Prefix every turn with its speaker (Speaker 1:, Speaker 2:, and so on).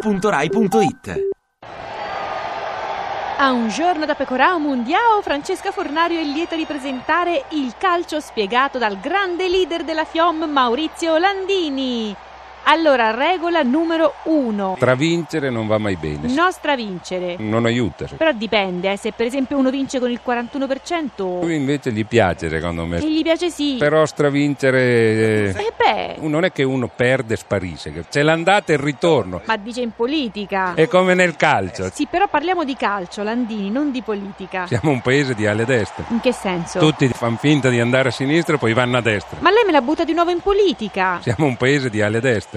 Speaker 1: radio2pod.rai.it
Speaker 2: A un giorno da Pecorà Mundiao, Francesca Fornario è lieta di presentare il calcio spiegato dal grande leader della FIOM Maurizio Landini. Allora, regola numero 1.
Speaker 3: Travincere non va mai bene.
Speaker 2: Non stravincere.
Speaker 3: Non aiuta.
Speaker 2: Però dipende, eh, se per esempio uno vince con il 41%,
Speaker 3: Lui invece gli piace, secondo
Speaker 2: e
Speaker 3: me.
Speaker 2: gli piace sì.
Speaker 3: Però stravincere. eh,
Speaker 2: E beh,
Speaker 3: Non è che uno perde e sparisce, c'è l'andata e il ritorno.
Speaker 2: ma dice in politica.
Speaker 3: È come nel calcio.
Speaker 2: Sì, però parliamo di calcio, Landini, non di politica.
Speaker 3: Siamo un paese di alle destre.
Speaker 2: In che senso?
Speaker 3: Tutti fanno finta di andare a sinistra e poi vanno a destra.
Speaker 2: Ma lei me la butta di nuovo in politica.
Speaker 3: Siamo un paese di alle destre.